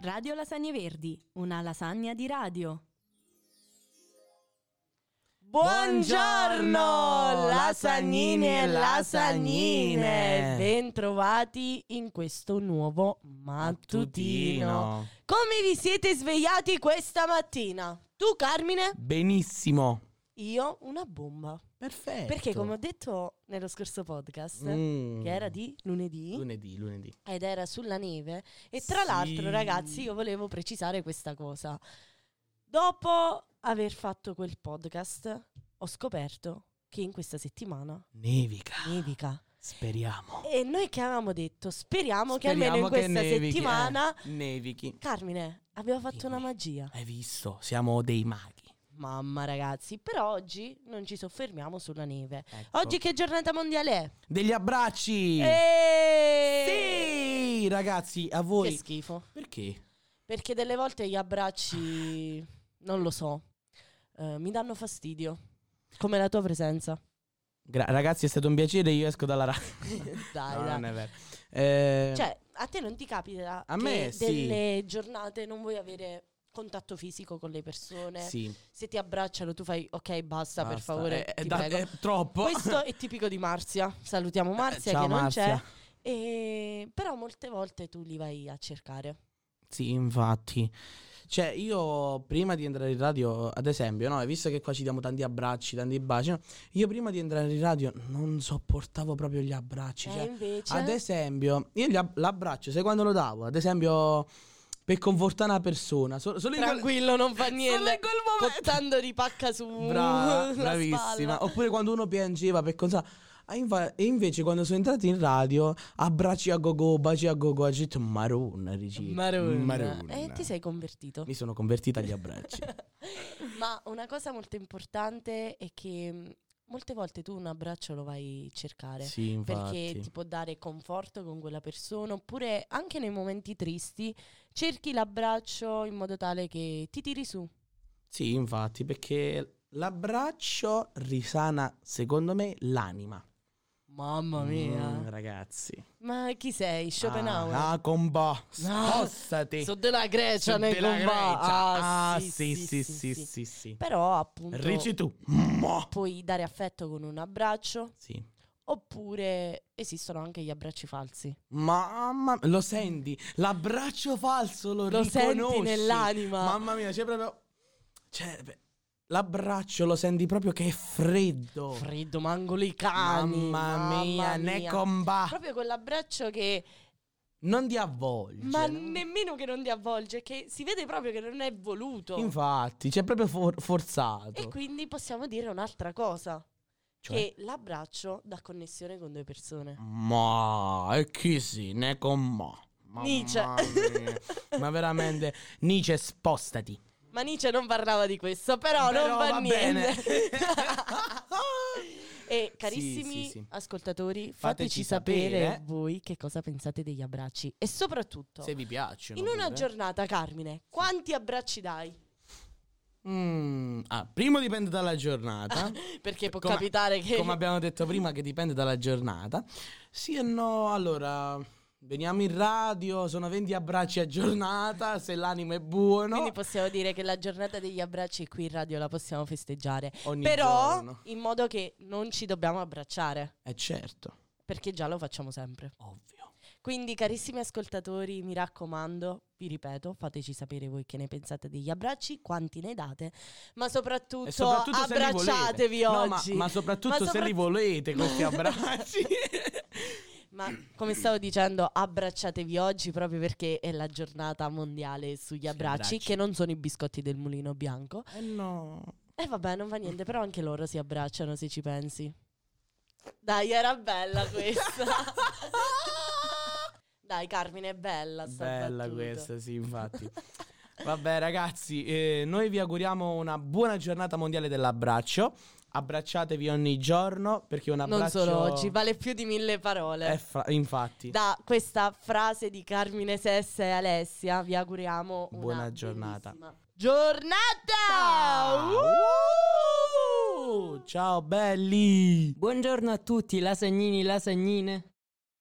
Radio Lasagne Verdi, una lasagna di radio. Buongiorno lasagnini e lasagnine, bentrovati in questo nuovo mattutino. Come vi siete svegliati questa mattina? Tu Carmine, Benissimo. io una bomba. Perfetto. Perché come ho detto nello scorso podcast, Mm. che era di lunedì, Lunedì, lunedì. ed era sulla neve. E tra Sì. l'altro, ragazzi, io volevo precisare questa cosa. Dopo aver fatto quel podcast, ho scoperto che in questa settimana Nevica. nevica. Speriamo. E noi che avevamo detto, speriamo, che Speriamo almeno in questa nevichi, settimana, eh. Nevichi. Carmine, abbiamo fatto una Dimmi. magia. Hai visto? Siamo dei maghi. Mamma ragazzi, però oggi non ci soffermiamo sulla neve. Ecco. Oggi che giornata mondiale è? Degli abbracci. Eeeh! Sì, ragazzi, a Eh. Che voi. schifo. Perché? Perché delle volte gli abbracci, non lo so, eh, mi danno fastidio. Come la tua presenza. Gra- ragazzi, è stato un piacere. Io esco dalla radio. dai, no, dai. non è vero. Eh, Cioè, a te non ti capita A che me sì. delle giornate non vuoi avere contatto fisico con le persone? Eh, sì. Se ti abbracciano tu fai ok, basta, per basta. favore, Eh, ti da- prego". è troppo. Eh, Questo è tipico di Marzia. Salutiamo Marzia Ciao, che non Marzia. c'è. E- Però molte volte tu li vai a cercare. Sì, infatti. Cioè, io prima di entrare in radio, ad esempio, no, e visto che qua ci diamo tanti abbracci, tanti baci, no, io prima di entrare in radio non sopportavo proprio gli abbracci. E cioè, Eh, invece ad esempio, io gli ab- l'abbraccio, sai quando lo davo? Ad esempio, per confortare una persona, so- solo in quel- tranquillo, non fa solo in niente. quel momento. Cottando di pacca su Brava, Mm, la spalla. bravissima. Oppure quando uno piangeva per cosa. Ah, infa- E invece quando sono entrati in radio, abbracci a gogo, baci a gogo, ha detto Maroon, Ricci. Maroon. Maroon. E Eh, ti sei convertito. Mi sono convertita agli abbracci. Ma una cosa molto importante è che mh, molte volte tu un abbraccio lo vai a cercare. Sì, infatti. Perché ti può dare conforto con quella persona, oppure anche nei momenti tristi cerchi l'abbraccio in modo tale che ti tiri su. Sì, infatti, perché l'abbraccio risana, secondo me, l'anima. Mamma mia. Mm, ragazzi. Ma chi sei? Schopenhauer? Ah, ah, comba. Spostati. Sono della Grecia Sono nei della combat. Grecia. Ah, Ah, sì, sì, sì, sì, sì. Però appunto Ricci tu. Mo. puoi dare affetto con un abbraccio, Sì. oppure esistono anche gli abbracci falsi. Mamma, lo senti? L'abbraccio falso lo, Lo riconosci. senti nell'anima. Mamma mia, c'è proprio cioè beh, l'abbraccio lo senti proprio che è freddo. Freddo, ma angolicani. Mamma mia, ne mia. comba. Proprio quell'abbraccio che Non ti avvolge. ma no? nemmeno che non ti avvolge, che si vede proprio che non è voluto. Infatti, c'è proprio for- E forzato. quindi possiamo dire un'altra cosa, Cioè? che l'abbraccio dà connessione con due persone. Ma e chi si ne con ma? Mamma Nietzsche. mia. Ma veramente Nietzsche spostati. Ma Nietzsche non parlava di questo, però, non Però va, va niente. bene. e Sì, carissimi Ah, sì, sì. ascoltatori, fateci, Fateci sapere, sapere. voi che cosa pensate degli abbracci e soprattutto Se vi piacciono. in una pure. giornata, Carmine, quanti abbracci dai? Mm, ah, primo dipende dalla Ah, giornata. Perché può Cioè, Come- capitare che Come abbiamo detto prima, che dipende dalla giornata. Sì e no, allora. Veniamo in radio, sono 20 abbracci a giornata, se l'animo è buono. Quindi possiamo dire che la giornata degli abbracci qui in radio la possiamo festeggiare. ogni Però giorno. in modo che non ci dobbiamo abbracciare, Eh certo, perché già lo facciamo sempre. ovvio. Quindi carissimi ascoltatori, mi raccomando, vi ripeto, fateci sapere voi che ne pensate degli abbracci, quanti ne date, ma soprattutto, E soprattutto se li abbracciatevi volete. No, ma- oggi. ma, soprattutto Ma se li soprat- volete questi abbracci. Ma come stavo dicendo, abbracciatevi oggi proprio perché è la giornata mondiale sugli Sugli abbracci, abbracci. che non sono i biscotti del mulino bianco. eh no. E Eh, vabbè, non fa niente, però anche loro si abbracciano se ci pensi. Dai, era bella questa. Dai, Carmine, è bella sta Bella battuta. questa, sì, infatti. Vabbè ragazzi, eh, noi vi auguriamo una buona giornata mondiale dell'abbraccio. Abbracciatevi ogni giorno perché un Non abbraccio... Eh, solo oggi, vale più di mille è parole. fra- infatti. Da questa frase di Carmine Sessa e Alessia vi auguriamo una Buona giornata. bellissima Giornata! Uh! Ciao belli! Buongiorno a tutti, lasagnini, lasagnine.